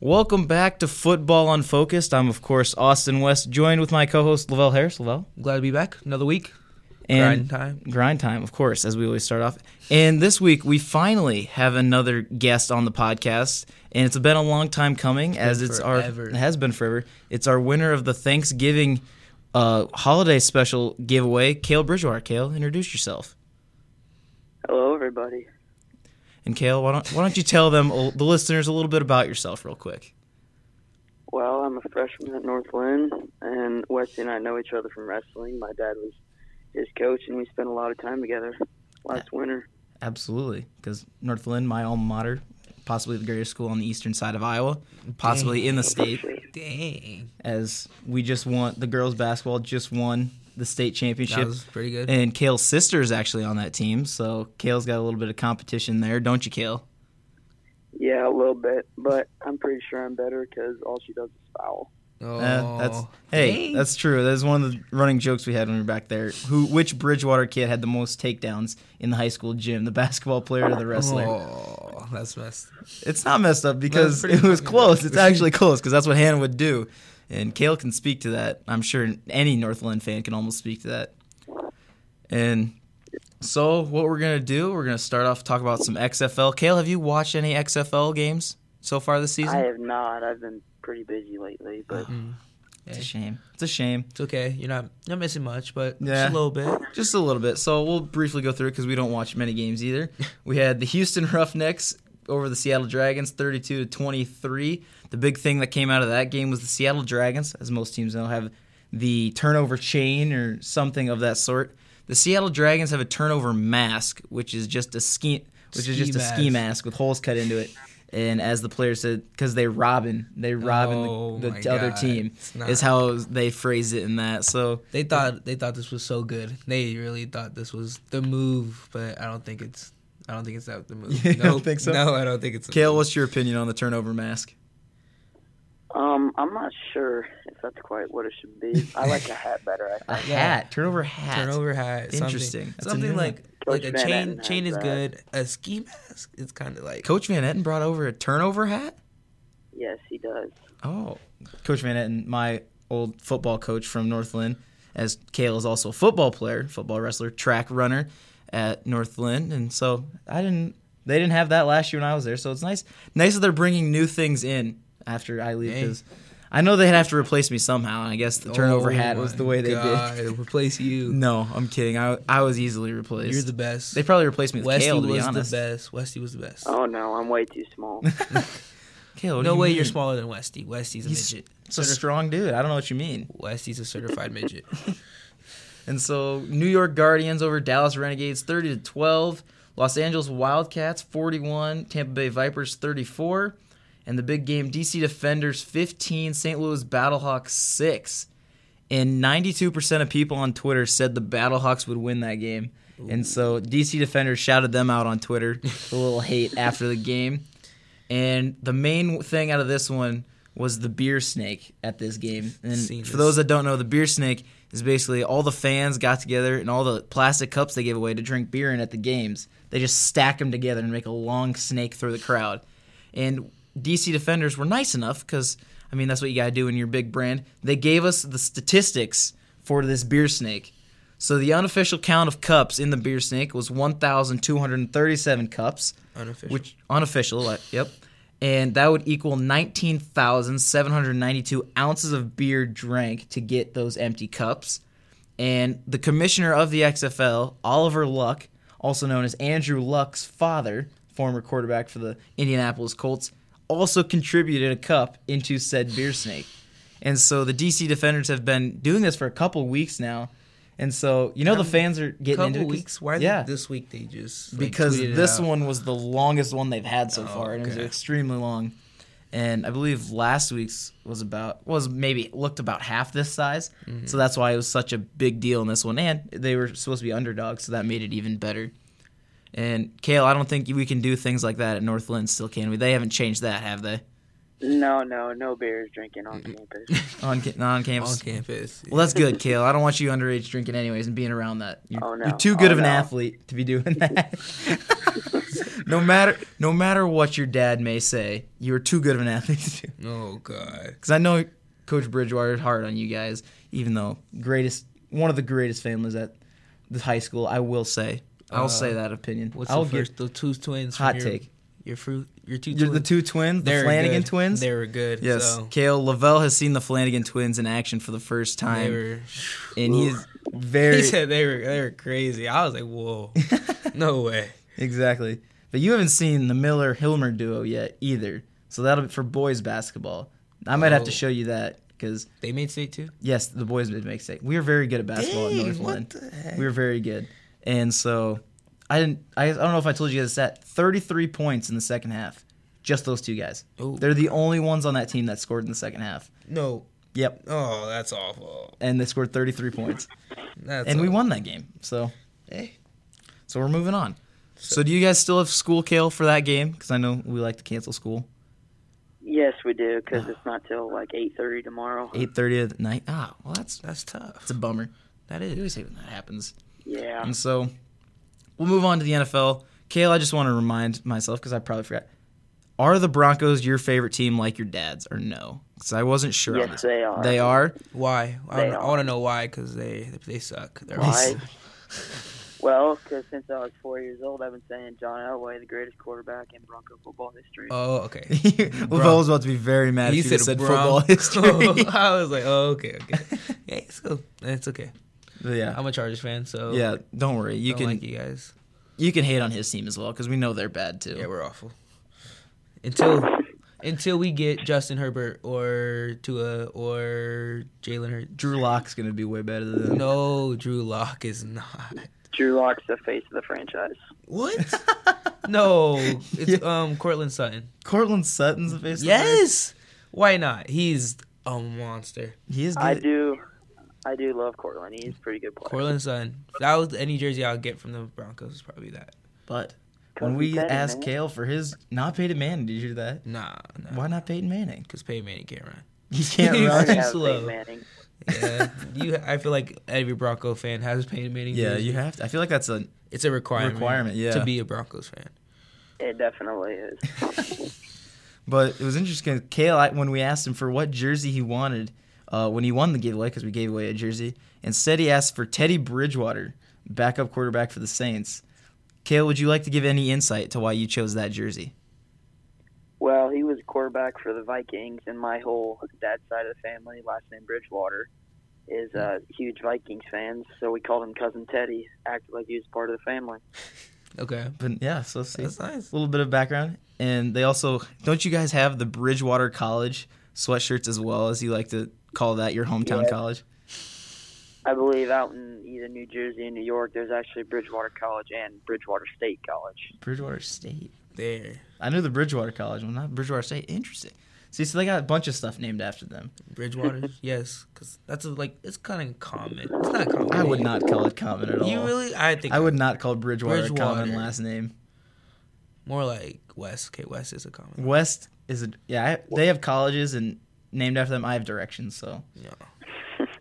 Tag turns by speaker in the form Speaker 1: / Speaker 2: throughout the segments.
Speaker 1: Welcome back to Football Unfocused. I'm, of course, Austin West, joined with my co host, Lavelle Harris. Lavelle.
Speaker 2: Glad to be back. Another week. Grind time.
Speaker 1: Grind time, of course, as we always start off. And this week, we finally have another guest on the podcast. And it's been a long time coming, as it's
Speaker 2: forever.
Speaker 1: our, it has been forever. It's our winner of the Thanksgiving uh, holiday special giveaway, Kale Bridgewater. Kale, introduce yourself.
Speaker 3: Hello, everybody.
Speaker 1: And Kale, why don't, why don't you tell them, a- the listeners, a little bit about yourself, real quick?
Speaker 3: Well, I'm a freshman at North Lynn, and Wesley and I know each other from wrestling. My dad was his coach, and we spent a lot of time together last winter.
Speaker 1: Absolutely, because North Lynn, my alma mater, possibly the greatest school on the eastern side of Iowa, possibly in the state,
Speaker 2: Dang.
Speaker 1: as we just won the girls basketball just won the state
Speaker 2: That
Speaker 1: championship,
Speaker 2: was pretty good.
Speaker 1: and Kale's sister is actually on that team, so Kale's got a little bit of competition there, don't you, Kale?
Speaker 3: Yeah, a little bit, but I'm pretty sure I'm better because all she does is foul.
Speaker 2: oh,
Speaker 1: Uh, that's hey,
Speaker 2: dang.
Speaker 1: that's true. That was one of the running jokes we had when we were back there. Who, which Bridgewater kid had the most takedowns in the high school gym, the basketball player or the wrestler?
Speaker 2: Oh, that's messed.
Speaker 1: It's not messed up because
Speaker 2: pretty
Speaker 1: it was
Speaker 2: fucking
Speaker 1: close.
Speaker 2: good.
Speaker 1: It's actually close because that's what Hannah would do. And Kale can speak to that. I'm sure any Northland fan can almost speak to that. And so, what we're going to do, we're going to start off talk about some XFL. Kale, have you watched any XFL games so far this season?
Speaker 3: I have not. I've been pretty busy lately, but
Speaker 1: It's a shame. It's a shame.
Speaker 2: It's okay. You're not you're not missing much, but
Speaker 1: Yeah.
Speaker 2: just a little bit.
Speaker 1: Just a little bit. So, we'll briefly go through it because we don't watch many games either. We had the Houston Roughnecks over the Seattle Dragons 32 to 23. The big thing that came out of that game was the Seattle Dragons, as most teams now have the turnover chain or something of that sort. The Seattle Dragons have a turnover mask, which is just a ski which is
Speaker 2: Ski
Speaker 1: just a ski
Speaker 2: mask.
Speaker 1: mask with holes cut into it. And as the player said, because they robbing, they robbing
Speaker 2: Oh
Speaker 1: the,
Speaker 2: my
Speaker 1: the other
Speaker 2: God.
Speaker 1: team
Speaker 2: It's not-
Speaker 1: is how they phrase it in that. So
Speaker 2: They thought they thought this was so good. They really thought this was the move, but I don't think it's I don't think it's that the move.
Speaker 1: You don't
Speaker 2: Nope.
Speaker 1: think so?
Speaker 2: No, I don't think it's. the
Speaker 1: Kale,
Speaker 2: move.
Speaker 1: what's your opinion on the turnover mask?
Speaker 3: um, I'm not sure if that's quite what it should be. I like a hat better. I
Speaker 1: A
Speaker 3: think.
Speaker 1: hat. Turnover hat.
Speaker 2: turnover hat? something-
Speaker 1: Interesting. That's a
Speaker 2: Something,
Speaker 1: new
Speaker 2: like
Speaker 3: one.
Speaker 2: like a
Speaker 3: Coach Van
Speaker 2: chain.
Speaker 3: Etten
Speaker 2: Chain
Speaker 3: has
Speaker 2: is
Speaker 3: that.
Speaker 2: good. A ski mask. It's kind of like
Speaker 1: Coach Van Etten brought over a turnover hat?
Speaker 3: Yes, he does.
Speaker 1: Oh. Coach Van Etten, my old football coach from Northland, as Kale is also a football player, football wrestler, track runner at Northland. And so I didn't they didn't have that last year when I was there, so it's nice nice that they're bringing new things in after I leave
Speaker 2: Hey.
Speaker 1: because I know they'd have to replace me somehow, and I guess the turnover
Speaker 2: Oh
Speaker 1: hat was
Speaker 2: my
Speaker 1: the way they
Speaker 2: God,
Speaker 1: did.
Speaker 2: Replace you.
Speaker 1: No, I'm kidding. I I was easily replaced.
Speaker 2: You're the best.
Speaker 1: they probably replaced me with
Speaker 2: Westy
Speaker 1: Kale, to be
Speaker 2: was the
Speaker 1: honest.
Speaker 2: best. Westy was the best.
Speaker 3: Oh no, I'm way too small.
Speaker 1: Kale, what do
Speaker 2: no
Speaker 1: Oh, you
Speaker 2: way
Speaker 1: mean?
Speaker 2: you're smaller than Westy. Westy's a
Speaker 1: He's-
Speaker 2: midget.
Speaker 1: It's a strong dude. I don't know what you mean.
Speaker 2: Westy's a certified midget.
Speaker 1: And so New York Guardians over Dallas Renegades 30 to 12, Los Angeles Wildcats 41, Tampa Bay Vipers 34, and the big game DC Defenders 15, St. Louis Battlehawks 6. And 92% of people on Twitter said the Battlehawks would win that game. And so DC Defenders shouted them out on Twitter, a little hate after the game. And the main thing out of this one was the beer snake at this game. And
Speaker 2: Seen
Speaker 1: for
Speaker 2: this.
Speaker 1: those that don't know, the beer snake is basically all the fans got together and all the plastic cups they give away to drink beer in at the games. They just stack them together and make a long snake through the crowd. And DC Defenders were nice enough because, I mean, that's what you got to do in your big brand. They gave us the statistics for this beer snake. So the unofficial count of cups in the beer snake was 1,237 cups
Speaker 2: Unofficial.
Speaker 1: which unofficial, like, yep. And that would equal 19,792 ounces of beer drank to get those empty cups. And the commissioner of the XFL, Oliver Luck, also known as Andrew Luck's father, former quarterback for the Indianapolis Colts, also contributed a cup into said beer snake. And so the DC Defenders have been doing this for a couple weeks now. And so, you know, the fans are getting into
Speaker 2: couple
Speaker 1: it 'cause-
Speaker 2: weeks. Why
Speaker 1: Yeah.
Speaker 2: yeah. this week they just like,
Speaker 1: because
Speaker 2: tweeted it
Speaker 1: this
Speaker 2: out?
Speaker 1: one was the longest one they've had so far, and it was
Speaker 2: okay.
Speaker 1: extremely long. And I believe last week's was about was maybe looked about half this size,
Speaker 2: Mm-hmm.
Speaker 1: so that's why it was such a big deal in this one. And they were supposed to be underdogs, so that made it even better. And Kale, I don't think we can do things like that at Northland. Still, can we? They haven't changed that, have they?
Speaker 3: no, no, no beers drinking on campus.
Speaker 1: On ca- not on campus.
Speaker 2: on campus.
Speaker 1: Well, that's good, Kale. I don't want you underage drinking anyways and being around that. You're,
Speaker 3: Oh, no.
Speaker 1: you're too good
Speaker 3: Oh,
Speaker 1: of an
Speaker 3: no.
Speaker 1: athlete to be doing that. no matter no matter what your dad may say, you are too good of an athlete to do.
Speaker 2: Oh God.
Speaker 1: Because I know Coach Bridgewater is hard on you guys, even though greatest one of the greatest families at the high school. I will say, I'll
Speaker 2: Uh,
Speaker 1: say that opinion.
Speaker 2: What's
Speaker 1: I'll
Speaker 2: the
Speaker 1: give
Speaker 2: first? The two twins. from
Speaker 1: hot
Speaker 2: your,
Speaker 1: take.
Speaker 2: Your fruit. Your two.
Speaker 1: You're
Speaker 2: twins.
Speaker 1: the two twins, the
Speaker 2: They were
Speaker 1: Flanagan
Speaker 2: good.
Speaker 1: twins.
Speaker 2: They were good.
Speaker 1: Yes,
Speaker 2: So
Speaker 1: Kale Lavelle has seen the Flanagan twins in action for the first
Speaker 2: they
Speaker 1: time,
Speaker 2: were.
Speaker 1: and he is
Speaker 2: He
Speaker 1: very
Speaker 2: said they were. They were crazy. I was like, whoa. no way.
Speaker 1: exactly. But you haven't seen the Miller Hilmer duo yet either, so that'll be for boys basketball. I might have to
Speaker 2: Oh.
Speaker 1: show you that because
Speaker 2: They made state too.
Speaker 1: yes, the boys did make state. We were very good at basketball
Speaker 2: Dang,
Speaker 1: at Northland.
Speaker 2: what the heck?
Speaker 1: We were very good, and so I didn't. I, I don't know if I told you guys that 33 points in the second half, just those two guys.
Speaker 2: Oh.
Speaker 1: They're the only ones on that team that scored in the second half.
Speaker 2: No.
Speaker 1: Yep,
Speaker 2: Oh, that's awful.
Speaker 1: and they scored 33 points.
Speaker 2: That's
Speaker 1: and we
Speaker 2: awful.
Speaker 1: won that game. So,
Speaker 2: Hey.
Speaker 1: so we're moving on. So, do you guys still have school, Kale, for that game? Because I know we like to cancel school.
Speaker 3: Yes, we do, because it's not till like 8.30 tomorrow.
Speaker 1: Eight thirty at night. Ah, well, that's
Speaker 2: That's tough.
Speaker 1: that's a bummer.
Speaker 2: That
Speaker 1: I
Speaker 2: is.
Speaker 1: always hate when that happens.
Speaker 3: Yeah.
Speaker 1: And so, we'll move on to the NFL. Kale, I just want to remind myself because I probably forgot. Are the Broncos your favorite team, like your dad's, or no? Because I wasn't sure. on
Speaker 3: Yes,
Speaker 1: this.
Speaker 3: they are.
Speaker 1: They are.
Speaker 2: Why? I,
Speaker 3: They
Speaker 2: don't, I
Speaker 3: are.
Speaker 2: want to know why because they they suck. They're
Speaker 3: Why?
Speaker 2: awful.
Speaker 3: Well, because since I was four years old, I've been saying John Elway, the greatest quarterback in Bronco football history.
Speaker 2: Oh, okay.
Speaker 1: Lavelle was about to be very mad.
Speaker 2: You
Speaker 1: if you
Speaker 2: said,
Speaker 1: said football
Speaker 2: Bronco.
Speaker 1: history.
Speaker 2: I was like, oh, okay, okay. Yeah, it's cool. It's okay.
Speaker 1: But yeah,
Speaker 2: I'm a Chargers fan, so
Speaker 1: yeah. Don't worry. You
Speaker 2: you
Speaker 1: can
Speaker 2: like you guys.
Speaker 1: you can hate on his team as well because we know they're bad too.
Speaker 2: Yeah, we're awful. Until until we get Justin Herbert or Tua or Jalen Hurts.
Speaker 1: Drew Locke's gonna be way better than them.
Speaker 2: No, Drew Lock is not.
Speaker 3: Drew Locke's the face of the franchise.
Speaker 2: What? no, it's um Cortland Sutton.
Speaker 1: Cortland Sutton's the face. of the franchise.
Speaker 2: Yes. Why not? He's a monster.
Speaker 1: he is. Good.
Speaker 3: I do, I do love Cortland. He's a pretty good player.
Speaker 2: Cortland Sutton. If That was any jersey I'll get from the Broncos. Is probably that.
Speaker 1: But when
Speaker 3: Cousin
Speaker 1: we
Speaker 3: Peyton,
Speaker 1: asked
Speaker 3: man.
Speaker 1: Kale for his not Peyton Manning, did you hear that?
Speaker 2: Nah. nah.
Speaker 1: Why not Peyton Manning?
Speaker 2: Because Peyton Manning can't run.
Speaker 1: He can't
Speaker 2: He's
Speaker 3: I
Speaker 1: run.
Speaker 2: too
Speaker 3: have
Speaker 2: slow.
Speaker 3: Peyton Manning.
Speaker 2: Yeah, you. I feel like every Bronco fan has Peyton Manning.
Speaker 1: Yeah,
Speaker 2: jersey.
Speaker 1: you have to. I feel like that's a.
Speaker 2: It's a requirement.
Speaker 1: Requirement, yeah.
Speaker 2: To be a Broncos fan.
Speaker 3: It definitely is.
Speaker 1: But it was interesting. Kale, I, when we asked him for what jersey he wanted uh, when he won the giveaway, because we gave away a jersey, instead he asked for Teddy Bridgewater, backup quarterback for the Saints. Kale, would you like to give any insight to why you chose that jersey?
Speaker 3: Well, he was quarterback for the Vikings, and my whole dad side of the family, last name Bridgewater, is uh, huge Vikings fans. So we called him Cousin Teddy, acted like he was part of the family.
Speaker 2: Okay.
Speaker 1: But yeah, so see.
Speaker 2: That's nice.
Speaker 1: a little bit of background. And they also don't you guys have the Bridgewater College sweatshirts as well as you like to call that your hometown
Speaker 3: Yeah.
Speaker 1: college?
Speaker 3: I believe out in either New Jersey and New York, there's actually Bridgewater College and Bridgewater State College.
Speaker 1: Bridgewater State.
Speaker 2: There.
Speaker 1: I knew the Bridgewater College, well not Bridgewater State. Interesting. See, so they got a bunch of stuff named after them.
Speaker 2: Bridgewater. yes. Because that's a, like, it's kind of common. It's not common.
Speaker 1: I would not call it common at all.
Speaker 2: You really? I think
Speaker 1: I would not call Bridgewater, a common
Speaker 2: Bridgewater.
Speaker 1: last name.
Speaker 2: More like West. Okay, West is a common.
Speaker 1: West is a yeah. I, they have colleges and named after them. I have directions. So
Speaker 2: No.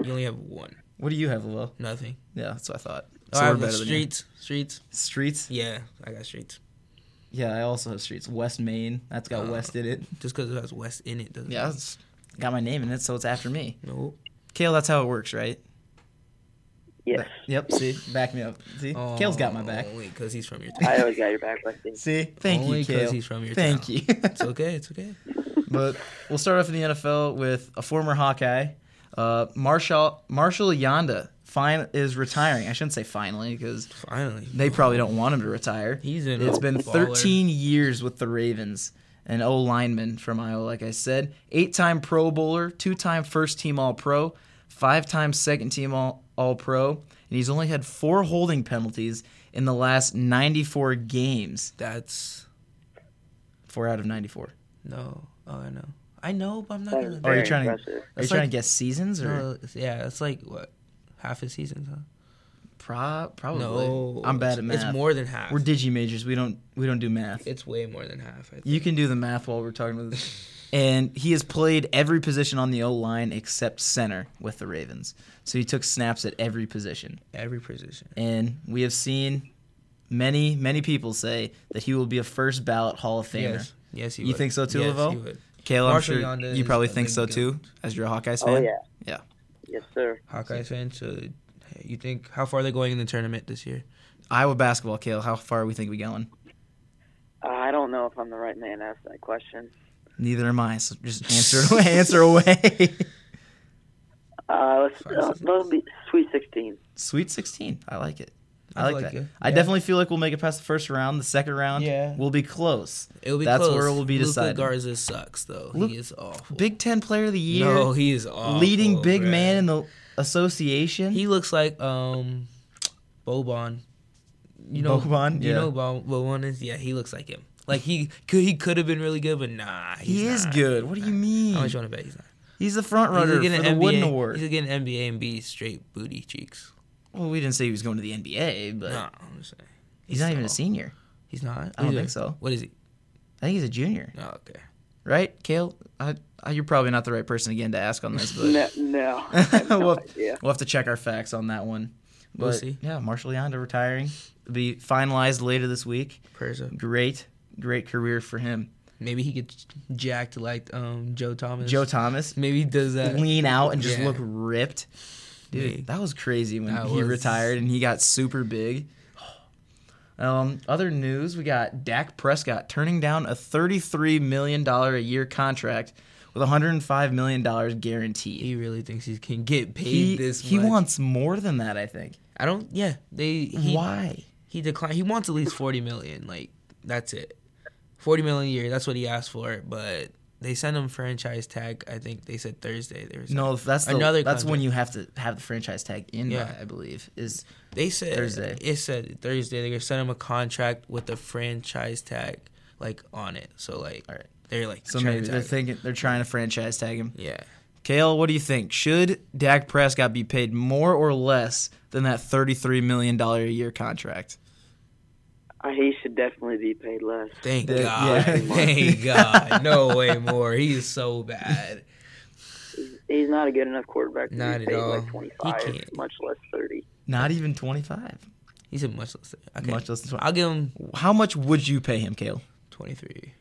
Speaker 2: You only have one.
Speaker 1: what do you have, Lowell?
Speaker 2: Nothing.
Speaker 1: Yeah, that's what I thought.
Speaker 2: Oh,
Speaker 1: So
Speaker 2: I
Speaker 1: we're
Speaker 2: have
Speaker 1: better than you.
Speaker 2: streets. Streets.
Speaker 1: Streets.
Speaker 2: Yeah, I got streets.
Speaker 1: Yeah, I also have streets. West Main. That's got
Speaker 2: Oh.
Speaker 1: West in it.
Speaker 2: Just because it has West in it doesn't.
Speaker 1: Yeah, it's got my name in it, so it's after me.
Speaker 2: No.
Speaker 1: Kale, that's how it works, right?
Speaker 3: Yes,
Speaker 1: Yep. See, back me up. See,
Speaker 2: Oh.
Speaker 1: Kale's got my back.
Speaker 2: Only because he's from your town.
Speaker 3: I always got your back, Lexi.
Speaker 1: See, thank
Speaker 2: Only
Speaker 1: you, Kale.
Speaker 2: he's from your
Speaker 1: Thank
Speaker 2: town.
Speaker 1: you.
Speaker 2: It's okay. It's okay.
Speaker 1: but we'll start off in the NFL with a former Hawkeye, uh, Marshall Marshall Yonda. Fine is retiring. I shouldn't say finally because
Speaker 2: Finally.
Speaker 1: they probably don't want him to retire.
Speaker 2: He's in.
Speaker 1: It's been 13 years with the Ravens. An O lineman from Iowa, like I said. Eight time Pro Bowler, two time first team All Pro, five time second team All, All Pro, and he's only had four holding penalties in the last 94 games.
Speaker 2: That's
Speaker 1: Four out of 94.
Speaker 2: no. Oh, I know. I know, but I'm not
Speaker 3: That
Speaker 2: gonna.
Speaker 3: was
Speaker 1: Oh, you're
Speaker 3: very
Speaker 1: trying to-
Speaker 3: impressive.
Speaker 1: Are you
Speaker 2: That's
Speaker 1: trying
Speaker 2: like-
Speaker 1: to guess seasons or
Speaker 2: No, it's- yeah, it's like what half a season, huh?
Speaker 1: pro- probably?
Speaker 2: No,
Speaker 1: I'm bad
Speaker 2: it's-
Speaker 1: at math.
Speaker 2: It's more than half.
Speaker 1: We're digi majors. We don't we don't do math.
Speaker 2: it's way more than half. I think.
Speaker 1: You can do the math while we're talking about this. And he has played every position on the O line except center with the Ravens. So he took snaps at every position.
Speaker 2: Every position.
Speaker 1: And we have seen many, many people say that he will be a first ballot Hall of Famer.
Speaker 2: Yes, yes, he
Speaker 1: You
Speaker 2: would.
Speaker 1: think so too,
Speaker 2: yes,
Speaker 1: Laveau?
Speaker 2: He would.
Speaker 1: Caleb, I'm
Speaker 2: Marshall
Speaker 1: sure
Speaker 2: Yonda
Speaker 1: you
Speaker 2: is
Speaker 1: probably
Speaker 2: a
Speaker 1: think
Speaker 2: big
Speaker 1: so
Speaker 2: goat.
Speaker 1: too, as you're a Hawkeyes
Speaker 3: Oh
Speaker 1: fan.
Speaker 3: yeah.
Speaker 1: Yeah.
Speaker 3: Yes, sir.
Speaker 2: Hawkeyes fan. So you think how far they're going in the tournament this year?
Speaker 1: Iowa basketball, Caleb. How far we think we going?
Speaker 3: I don't know if I'm the right man to ask that question.
Speaker 1: Neither am I. So just answer away. Answer away.
Speaker 3: Uh, let's,
Speaker 2: Five,
Speaker 3: uh,
Speaker 2: six.
Speaker 3: let's be Sweet 16.
Speaker 1: Sweet 16. I like it.
Speaker 2: I
Speaker 1: I like,
Speaker 2: like
Speaker 1: that.
Speaker 2: it.
Speaker 1: I
Speaker 2: Yeah.
Speaker 1: definitely feel like we'll make it past the first round. The second round
Speaker 2: Yeah.
Speaker 1: will be close.
Speaker 2: It'll be
Speaker 1: That's
Speaker 2: close.
Speaker 1: where it will be
Speaker 2: Luca
Speaker 1: decided.
Speaker 2: Garza sucks though.
Speaker 1: Lu-
Speaker 2: he is awful.
Speaker 1: Big Ten Player of the Year,
Speaker 2: no, he is awful.
Speaker 1: leading big
Speaker 2: bruh.
Speaker 1: man in the association.
Speaker 2: He looks like um, Boban. You know
Speaker 1: Boban?
Speaker 2: You
Speaker 1: Yeah.
Speaker 2: know Bo- Boban is. Yeah, he looks like him. Like he could he could have been really good, but nah, he's
Speaker 1: he is
Speaker 2: not.
Speaker 1: good. What do you mean?
Speaker 2: How much you want to bet he's not?
Speaker 1: He's the front
Speaker 2: He's
Speaker 1: runner
Speaker 2: gonna
Speaker 1: for the
Speaker 2: get an NBA.
Speaker 1: Wooden Award.
Speaker 2: He's getting NBA and be straight booty cheeks.
Speaker 1: Well, we didn't say he was going to the NBA, but
Speaker 2: Nah, I'm just saying.
Speaker 1: he's not even a
Speaker 2: awful.
Speaker 1: senior.
Speaker 2: He's not.
Speaker 1: I don't
Speaker 2: Either.
Speaker 1: think so.
Speaker 2: What is he?
Speaker 1: I think he's a junior,
Speaker 2: Oh, okay.
Speaker 1: right, Kale? I, I, you're probably not the right person again to ask on this, but
Speaker 3: No, no. I have no
Speaker 1: we'll,
Speaker 3: idea.
Speaker 1: we'll have to check our facts on that one. But,
Speaker 2: We'll see.
Speaker 1: Yeah, Marshall Yonda retiring. It'll be finalized later this week.
Speaker 2: Perza.
Speaker 1: Great, great career for him.
Speaker 2: Maybe he gets jacked like um Joe Thomas.
Speaker 1: Joe Thomas,
Speaker 2: Maybe he does that.
Speaker 1: lean out and just
Speaker 2: Yeah.
Speaker 1: look ripped. Dude,
Speaker 2: Yeah.
Speaker 1: that was crazy when
Speaker 2: That
Speaker 1: he
Speaker 2: was-
Speaker 1: retired and he got super big. Um, other news, we got Dak Prescott turning down a $33 million a year contract with $105 million guaranteed.
Speaker 2: He really thinks he can get paid
Speaker 1: He,
Speaker 2: this
Speaker 1: he
Speaker 2: much.
Speaker 1: wants more than that, I think.
Speaker 2: I don't. Yeah, they. He,
Speaker 1: Why?
Speaker 2: He declined. He wants at least forty million. Like that's it. Forty million a year. That's what he asked for. But they sent him franchise tag. I think they said Thursday. They were saying-
Speaker 1: No, that's the,
Speaker 2: Another
Speaker 1: that's when
Speaker 2: contract.
Speaker 1: you have to have the franchise tag in.
Speaker 2: Yeah.
Speaker 1: by, I believe is
Speaker 2: They said
Speaker 1: Thursday.
Speaker 2: It said Thursday. They sent him a contract with a franchise tag like on it. So like
Speaker 1: All right.
Speaker 2: they're like
Speaker 1: so
Speaker 2: trying
Speaker 1: maybe
Speaker 2: to
Speaker 1: they're
Speaker 2: tag him.
Speaker 1: thinking they're trying to franchise tag him.
Speaker 2: yeah.
Speaker 1: Kale, what do you think? Should Dak Prescott be paid more or less than that $33 million a year contract?
Speaker 3: Uh, He should definitely be paid less.
Speaker 2: Thank
Speaker 1: That-
Speaker 2: God.
Speaker 1: yeah.
Speaker 2: Thank God. No way more. He is so bad.
Speaker 3: He's not a good enough quarterback to
Speaker 2: Not
Speaker 3: be
Speaker 2: at
Speaker 3: paid
Speaker 2: all.
Speaker 3: like
Speaker 2: He
Speaker 3: 25,
Speaker 2: can't.
Speaker 3: much less 30.
Speaker 1: Not even 25.
Speaker 2: He's a much less. Okay.
Speaker 1: Much less than 20.
Speaker 2: I'll give him
Speaker 1: How much would you pay him, Kale?
Speaker 2: 23.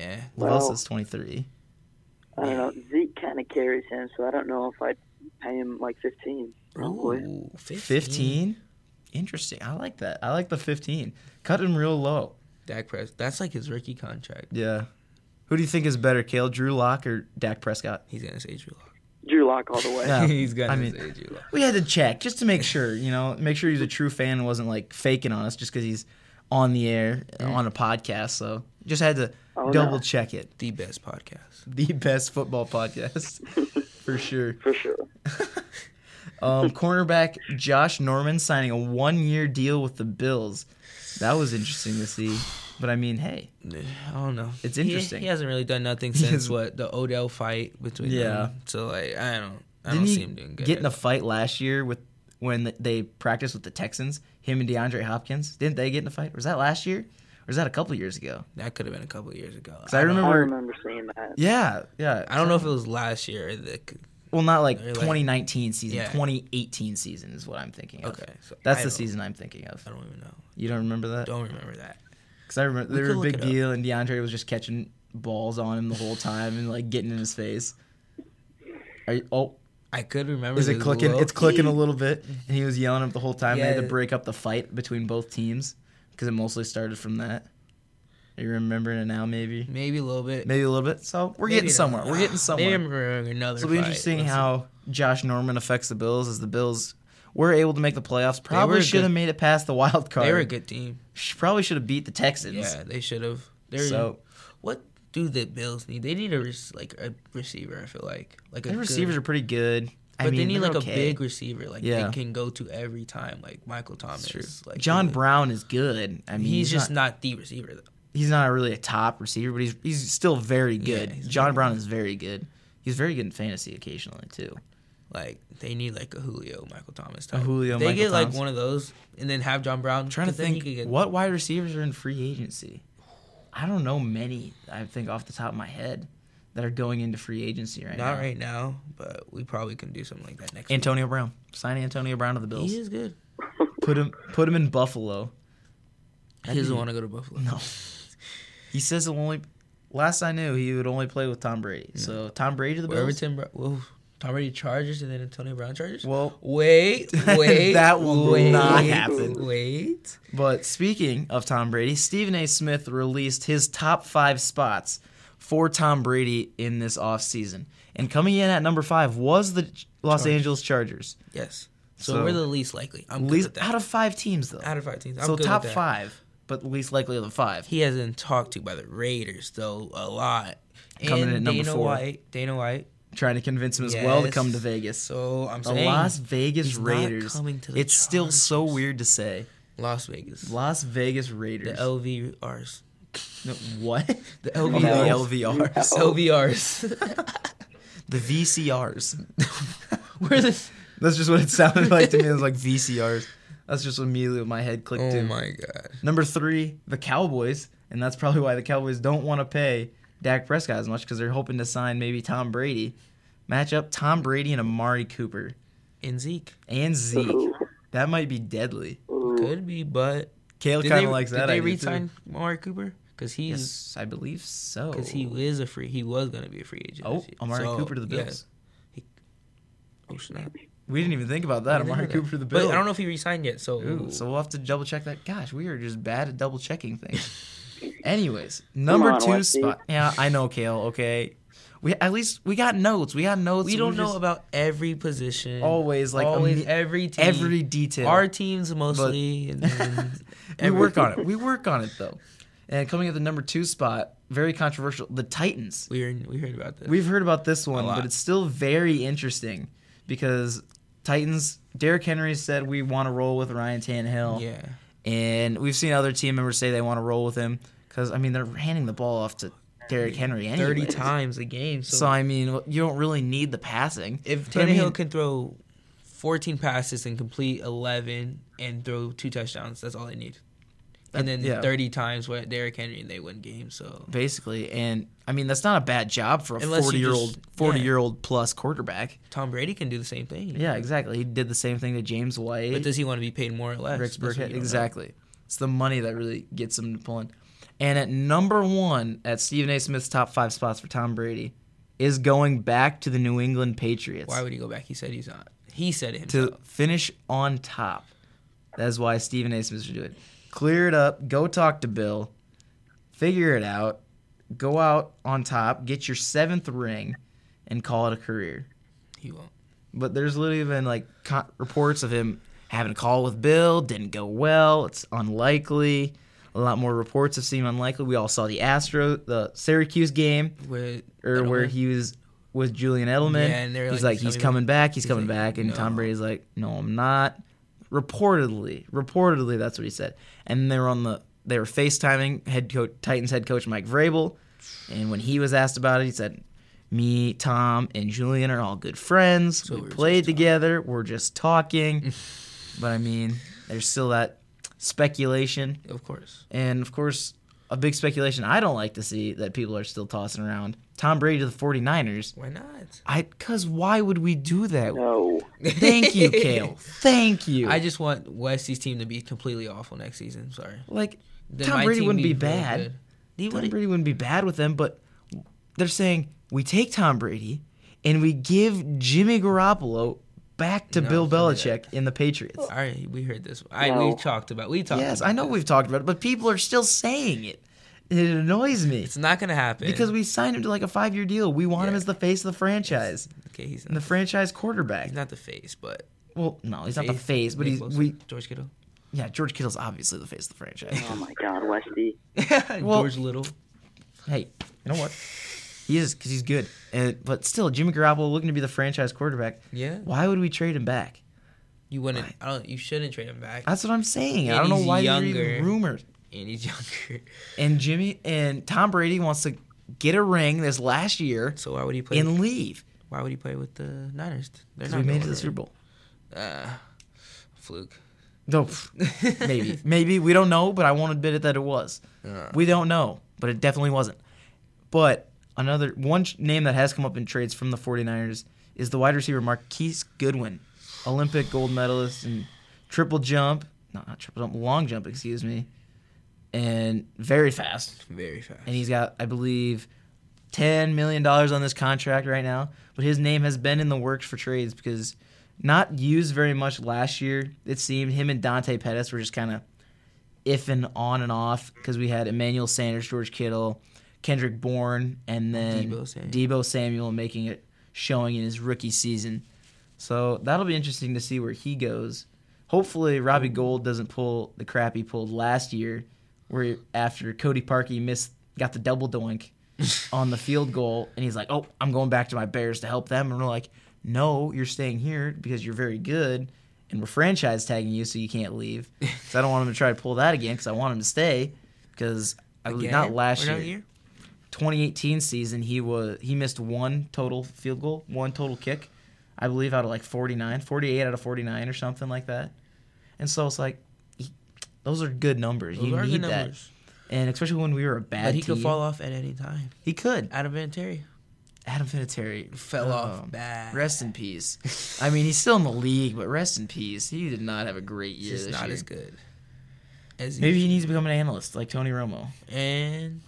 Speaker 2: Yeah.
Speaker 1: Well,
Speaker 3: Well-
Speaker 1: says 23.
Speaker 3: I don't know. Zeke kind of carries him, so I don't know if I'd pay him like 15. Probably.
Speaker 2: Ooh, 15.
Speaker 1: 15? Interesting. I like that. I like the 15. Cut him real low.
Speaker 2: Dak Prescott. That's like his rookie contract.
Speaker 1: Yeah. Who do you think is better, Kale? Drew Lock or Dak Prescott?
Speaker 2: He's going to say Drew Lock.
Speaker 3: Drew Lock all the way.
Speaker 1: Yeah,
Speaker 2: He's going
Speaker 1: Oh, I
Speaker 2: to
Speaker 1: mean-
Speaker 2: say Drew Lock.
Speaker 1: We had to check just to make sure, you know, make sure he's a true fan and wasn't like faking on us just because he's on the air on a podcast. So just had to
Speaker 3: Oh, no.
Speaker 1: double check it.
Speaker 2: The best podcast.
Speaker 1: the best football podcast for sure.
Speaker 3: For sure.
Speaker 1: Um, cornerback Josh Norman signing a one-year deal with the Bills. That was interesting to see, but I mean, hey,
Speaker 2: I don't know.
Speaker 1: It's
Speaker 2: He-
Speaker 1: interesting.
Speaker 2: He, hasn't really done nothing
Speaker 1: He
Speaker 2: since
Speaker 1: hasn't-
Speaker 2: what the Odell fight between
Speaker 1: Yeah.
Speaker 2: them. So like I don't I
Speaker 1: didn't
Speaker 2: don't
Speaker 1: he
Speaker 2: see him doing good.
Speaker 1: get in a fight last year with when they practiced with the Texans? Him and DeAndre Hopkins didn't they get in a fight? Was that last year? Or was that a couple years ago?
Speaker 2: that could have been a couple years ago.
Speaker 1: 'Cause I
Speaker 2: don't-
Speaker 1: remember,
Speaker 3: I remember seeing that.
Speaker 1: yeah, yeah.
Speaker 2: I don't know if it was last year or the
Speaker 1: well, not like
Speaker 2: They're like-
Speaker 1: 2019 season,
Speaker 2: Yeah.
Speaker 1: 2018 season is what I'm thinking of.
Speaker 2: Okay. So
Speaker 1: That's
Speaker 2: I
Speaker 1: the
Speaker 2: don't-
Speaker 1: season I'm thinking of.
Speaker 2: I don't even know.
Speaker 1: You don't remember that?
Speaker 2: Don't remember that.
Speaker 1: Because I remember
Speaker 2: We
Speaker 1: they
Speaker 2: could
Speaker 1: were a
Speaker 2: look
Speaker 1: big
Speaker 2: it up.
Speaker 1: deal, and DeAndre was just catching balls on him the whole time and like getting in his face. Are you, oh,
Speaker 2: I could remember.
Speaker 1: is it
Speaker 2: the
Speaker 1: clicking?
Speaker 2: low
Speaker 1: It's clicking a
Speaker 2: key.
Speaker 1: little bit, and he was yelling up the whole time. They had to
Speaker 2: Yeah.
Speaker 1: break up the fight between both teams because it mostly started from that. Are you remembering it now? Maybe,
Speaker 2: Maybe a little bit.
Speaker 1: maybe a little bit. So we're
Speaker 2: Maybe
Speaker 1: getting
Speaker 2: not.
Speaker 1: somewhere. We're getting
Speaker 2: Maybe
Speaker 1: somewhere.
Speaker 2: I'm remembering another.
Speaker 1: It'll be
Speaker 2: fight.
Speaker 1: interesting
Speaker 2: Let's see.
Speaker 1: how Josh Norman affects the Bills as the Bills were able to make the playoffs. Probably
Speaker 2: a
Speaker 1: should have
Speaker 2: good-
Speaker 1: made it past the wild card.
Speaker 2: they were a good team.
Speaker 1: Probably should have beat the Texans.
Speaker 2: Yeah, they should have. They're
Speaker 1: So
Speaker 2: what do the Bills need? They need a res- like a receiver. I feel like like a
Speaker 1: Their receivers
Speaker 2: good,
Speaker 1: are pretty good. I
Speaker 2: but
Speaker 1: mean,
Speaker 2: they need
Speaker 1: they're
Speaker 2: like
Speaker 1: okay.
Speaker 2: a big receiver. Like
Speaker 1: Yeah.
Speaker 2: they can go to every time. Like Michael Thomas. Like
Speaker 1: John
Speaker 2: really-
Speaker 1: Brown is good. I mean,
Speaker 2: He's, just
Speaker 1: not,
Speaker 2: not, the receiver though.
Speaker 1: he's not really a top receiver, but he's he's still very
Speaker 2: Yeah,
Speaker 1: good.
Speaker 2: he's
Speaker 1: John
Speaker 2: very
Speaker 1: Brown is very good. He's very good in fantasy occasionally too.
Speaker 2: Like they need like a Julio, Michael Thomas type.
Speaker 1: Julio,
Speaker 2: they
Speaker 1: Michael
Speaker 2: get
Speaker 1: Thomas.
Speaker 2: like one of those, and then have John Brown.
Speaker 1: I'm trying to
Speaker 2: 'cause then he
Speaker 1: think
Speaker 2: could get-
Speaker 1: what wide receivers are in free agency. I don't know many. I think off the top of my head that are going into free agency right
Speaker 2: Not
Speaker 1: now.
Speaker 2: right now, but we probably can do something like that next. week.
Speaker 1: Antonio Brown. Sign Antonio Brown to the Bills.
Speaker 2: He is good.
Speaker 1: Put him put him in Buffalo.
Speaker 2: He doesn't want to go to Buffalo.
Speaker 1: No. He says he'll only. Last I knew, he would only play with Tom Brady. So Tom Brady to the
Speaker 2: Wherever
Speaker 1: Bills.
Speaker 2: Tim Bro- whoa, Tom Brady Chargers and then Antonio Brown Chargers.
Speaker 1: Well,
Speaker 2: Wait, wait,
Speaker 1: That will
Speaker 2: wait,
Speaker 1: not happen.
Speaker 2: Wait,
Speaker 1: but speaking of Tom Brady, Stephen A. Smith released his top five spots for Tom Brady in this offseason. And coming in at number five was the Los Angeles Chargers.
Speaker 2: yes. So,
Speaker 1: So-
Speaker 2: we're the least likely. I'm least
Speaker 1: Least
Speaker 2: good with that.
Speaker 1: out of five teams, though.
Speaker 2: out of five teams. I'm
Speaker 1: so
Speaker 2: good
Speaker 1: top
Speaker 2: with that.
Speaker 1: five, but least likely of the five.
Speaker 2: He hasn't talked to by the Raiders though a lot.
Speaker 1: Coming in
Speaker 2: and
Speaker 1: at number
Speaker 2: Dana
Speaker 1: four.
Speaker 2: White. Dana White.
Speaker 1: Trying to convince him as well to
Speaker 2: Yes.
Speaker 1: come to Vegas.
Speaker 2: So I'm
Speaker 1: the
Speaker 2: saying
Speaker 1: Las Vegas
Speaker 2: he's not
Speaker 1: Raiders.
Speaker 2: coming to the
Speaker 1: it's still so
Speaker 2: Chargers.
Speaker 1: weird to say.
Speaker 2: Las Vegas.
Speaker 1: Las Vegas
Speaker 2: The
Speaker 1: Raiders.
Speaker 2: LVRs.
Speaker 1: No, what?
Speaker 2: The
Speaker 1: Oh,
Speaker 2: LVRs.
Speaker 1: the LVRs.
Speaker 2: LVRs.
Speaker 1: The VCRs.
Speaker 2: Where the
Speaker 1: That's just what it sounded like to me. It was like VCRs. That's just immediately what my head clicked
Speaker 2: Oh
Speaker 1: to.
Speaker 2: my god.
Speaker 1: Number three, the Cowboys. And that's probably why the Cowboys don't want to pay Dak Prescott as much because they're hoping to sign maybe Tom Brady. Match up Tom Brady and Amari Cooper
Speaker 2: And Zeke
Speaker 1: and Zeke. That might be deadly.
Speaker 3: Ooh.
Speaker 2: could be, but
Speaker 1: Kale
Speaker 2: did
Speaker 1: kind
Speaker 2: they,
Speaker 1: of likes
Speaker 2: did
Speaker 1: that
Speaker 2: they
Speaker 1: idea too.
Speaker 2: re-sign Amari Cooper? Because he's
Speaker 1: Yes, I believe so.
Speaker 2: because he is a free. He was gonna be a free agent.
Speaker 1: oh,
Speaker 2: this year.
Speaker 1: Amari
Speaker 2: So,
Speaker 1: Cooper to the
Speaker 2: yeah.
Speaker 1: Bills.
Speaker 2: Oh snap!
Speaker 1: We didn't even think about that. Amari Cooper to the
Speaker 2: But
Speaker 1: Bills.
Speaker 2: I don't know if he resigned yet. So
Speaker 1: Ooh, so we'll have to double check that. Gosh, we are just bad at double checking things. Anyways, number
Speaker 3: on,
Speaker 1: two
Speaker 3: Westy.
Speaker 1: spot. Yeah, I know, Kale. Okay, we at least we got notes. We got notes.
Speaker 2: we don't know
Speaker 1: just
Speaker 2: about every position.
Speaker 1: always like
Speaker 2: always
Speaker 1: imme-
Speaker 2: every team.
Speaker 1: every detail.
Speaker 2: Our teams mostly. and then
Speaker 1: we work on it. We work on it though. And coming at the number two spot, very controversial. The Titans.
Speaker 2: we heard we heard about this.
Speaker 1: We've heard about this one,
Speaker 2: lot.
Speaker 1: but it's still very interesting because Titans. Derrick Henry said we want to roll with Ryan Tannehill.
Speaker 2: yeah.
Speaker 1: And we've seen other team members say they want to roll with him because, I mean, they're handing the ball off to Derrick Henry anyway.
Speaker 2: 30 times a game. So,
Speaker 1: So, I mean, you don't really need the passing.
Speaker 2: if
Speaker 1: But, I
Speaker 2: Tannehill
Speaker 1: mean,
Speaker 2: can throw 14 passes and complete 11 and throw two touchdowns, that's all they need. And then
Speaker 1: yeah.
Speaker 2: 30 times what Derrick Henry and they win games. So
Speaker 1: Basically, and I mean that's not a bad job for a
Speaker 2: Unless you
Speaker 1: forty-year-old,
Speaker 2: just- yeah.
Speaker 1: forty-year-old plus quarterback.
Speaker 2: Tom Brady can do the same thing.
Speaker 1: Yeah, exactly. He did the same thing to James White.
Speaker 2: But does he want to be paid more or less?
Speaker 1: Rex
Speaker 2: That's what
Speaker 1: Burkhead.
Speaker 2: you don't
Speaker 1: Exactly. It's the money that really gets him to pull in. And at number one, at Stephen A. Smith's top five spots for Tom Brady, is going back to the New England Patriots
Speaker 2: know. Why would he go back? He said he's not. He said it himself.
Speaker 1: to finish on top. That's why Stephen A. Smith should do it. Clear it up. Go talk to Bill. Figure it out. Go out on top. Get your seventh ring, and call it a career.
Speaker 2: He won't.
Speaker 1: But there's literally been like co- reports of him having a call with Bill, didn't go well. It's unlikely. A lot more reports have seemed unlikely. We all saw the Astro, the Syracuse game,
Speaker 2: With
Speaker 1: or Er, where
Speaker 2: Edelman.
Speaker 1: he was with Julian Edelman.
Speaker 2: Yeah, and they were
Speaker 1: he's
Speaker 2: like,
Speaker 1: like, he's
Speaker 2: somebody-
Speaker 1: coming back, he's, coming
Speaker 2: like,
Speaker 1: back, and Tom
Speaker 2: "No."
Speaker 1: Brady's like, no, I'm not. Reportedly, reportedly, that's what he said. And they were on the, they were FaceTiming head coach Titans head coach Mike Vrabel, and when he was asked about it, he said, "Me, Tom, and Julian are all good friends. we
Speaker 2: we were
Speaker 1: played together. We're just talking." but I mean, there's still that speculation.
Speaker 2: Of course.
Speaker 1: And of course, a big speculation I don't like to see that people are still tossing around Tom Brady to the 49ers.
Speaker 2: Why not?
Speaker 1: I cuz why would we do that?
Speaker 3: No.
Speaker 1: Thank you, Kale. Thank you.
Speaker 2: I just want Westy's team to be completely awful next season. Sorry.
Speaker 1: like
Speaker 2: Then
Speaker 1: Tom
Speaker 2: my
Speaker 1: Brady
Speaker 2: team
Speaker 1: wouldn't be,
Speaker 2: really
Speaker 1: bad.
Speaker 2: good. He
Speaker 1: Tom
Speaker 2: would-
Speaker 1: Brady wouldn't be bad with them, but they're saying we take Tom Brady and we give Jimmy Garoppolo back to
Speaker 2: No,
Speaker 1: Bill
Speaker 2: don't do
Speaker 1: Belichick in the Patriots.
Speaker 2: All right, we heard this. I we
Speaker 3: No.
Speaker 2: talked about. We talked.
Speaker 1: Yes,
Speaker 2: about
Speaker 1: I know
Speaker 2: this.
Speaker 1: we've talked about it, but people are still saying it. It annoys me
Speaker 2: It's not gonna happen
Speaker 1: because we signed him to like a 5-year deal. We want him
Speaker 2: Yeah.
Speaker 1: as the face of the franchise.
Speaker 2: Okay, he's
Speaker 1: and
Speaker 2: not,
Speaker 1: the franchise quarterback.
Speaker 2: he's not the face, but
Speaker 1: Well, no, he's not the
Speaker 2: Faith,
Speaker 1: face, but
Speaker 2: Nick
Speaker 1: he's
Speaker 2: Bosa,
Speaker 1: we.
Speaker 2: George Kittle,
Speaker 1: Yeah, George Kittle's obviously the face of the franchise.
Speaker 3: Oh my God, Westy.
Speaker 2: George Little.
Speaker 1: hey, you know what? He is because he's good, and but still, Jimmy Garoppolo looking to be the franchise quarterback.
Speaker 2: Yeah,
Speaker 1: Why would we trade him back?
Speaker 2: you wouldn't. I don't. You shouldn't trade him back.
Speaker 1: That's what I'm saying. I
Speaker 2: And
Speaker 1: don't know
Speaker 2: he's
Speaker 1: why you're
Speaker 2: younger.
Speaker 1: even rumored.
Speaker 2: and he's younger,
Speaker 1: And Jimmy and Tom Brady wants to get a ring this last year
Speaker 2: so why would he play?
Speaker 1: and leave
Speaker 2: why would he play with the Niners? They're
Speaker 1: because we made it to
Speaker 2: going
Speaker 1: the Super Bowl.
Speaker 2: anywhere. Uh, fluke.
Speaker 1: No, pff, maybe, maybe we don't know, but I won't admit it that it was.
Speaker 2: Yeah.
Speaker 1: We don't know, but it definitely wasn't. But another one ch- name that has come up in trades from the 49ers is the wide receiver Marquise Goodwin, Olympic gold medalist in triple jump, no, not triple jump, long jump, excuse me. and very fast.
Speaker 2: Very fast.
Speaker 1: And he's got, I believe, ten million dollars on this contract right now. But his name has been in the works for trades because not used very much last year. It seemed him and Dante Pettis were just kind of if and on and off because we had Emmanuel Sanders, George Kittle, Kendrick Bourne, and then Debo
Speaker 2: Debo Samuel.
Speaker 1: Samuel, making it showing in his rookie season. So that'll be interesting to see where he goes. Hopefully, Robbie Gold doesn't pull the crap he pulled last year, where after Cody Parkey missed, got the double doink on the field goal, and he's like, "Oh, I'm going back to my Bears to help them," and we're like, "No, you're staying here because you're very good, and we're franchise tagging you, so you can't leave." so I don't want him to try to pull that again because I want him to stay because I believe not last year. 2018 season, he was he missed one total field goal, one total kick, I believe out of like 49, 48 out of 49 or something like that. And so it's like, he- those are good numbers.
Speaker 2: Those
Speaker 1: you
Speaker 2: are good
Speaker 1: need that,
Speaker 2: numbers.
Speaker 1: and especially when we were a bad
Speaker 2: But he
Speaker 1: team.
Speaker 2: could fall off at any time.
Speaker 1: He could.
Speaker 2: Adam Van Terry
Speaker 1: Adam Vinatieri
Speaker 2: fell
Speaker 1: oh,
Speaker 2: off bad.
Speaker 1: Rest in peace. I mean, he's still in the league, but rest in peace. He did not have a great year
Speaker 2: Just
Speaker 1: this
Speaker 2: not
Speaker 1: year.
Speaker 2: as good. As
Speaker 1: Maybe he needs to become an analyst like Tony Romo.
Speaker 2: and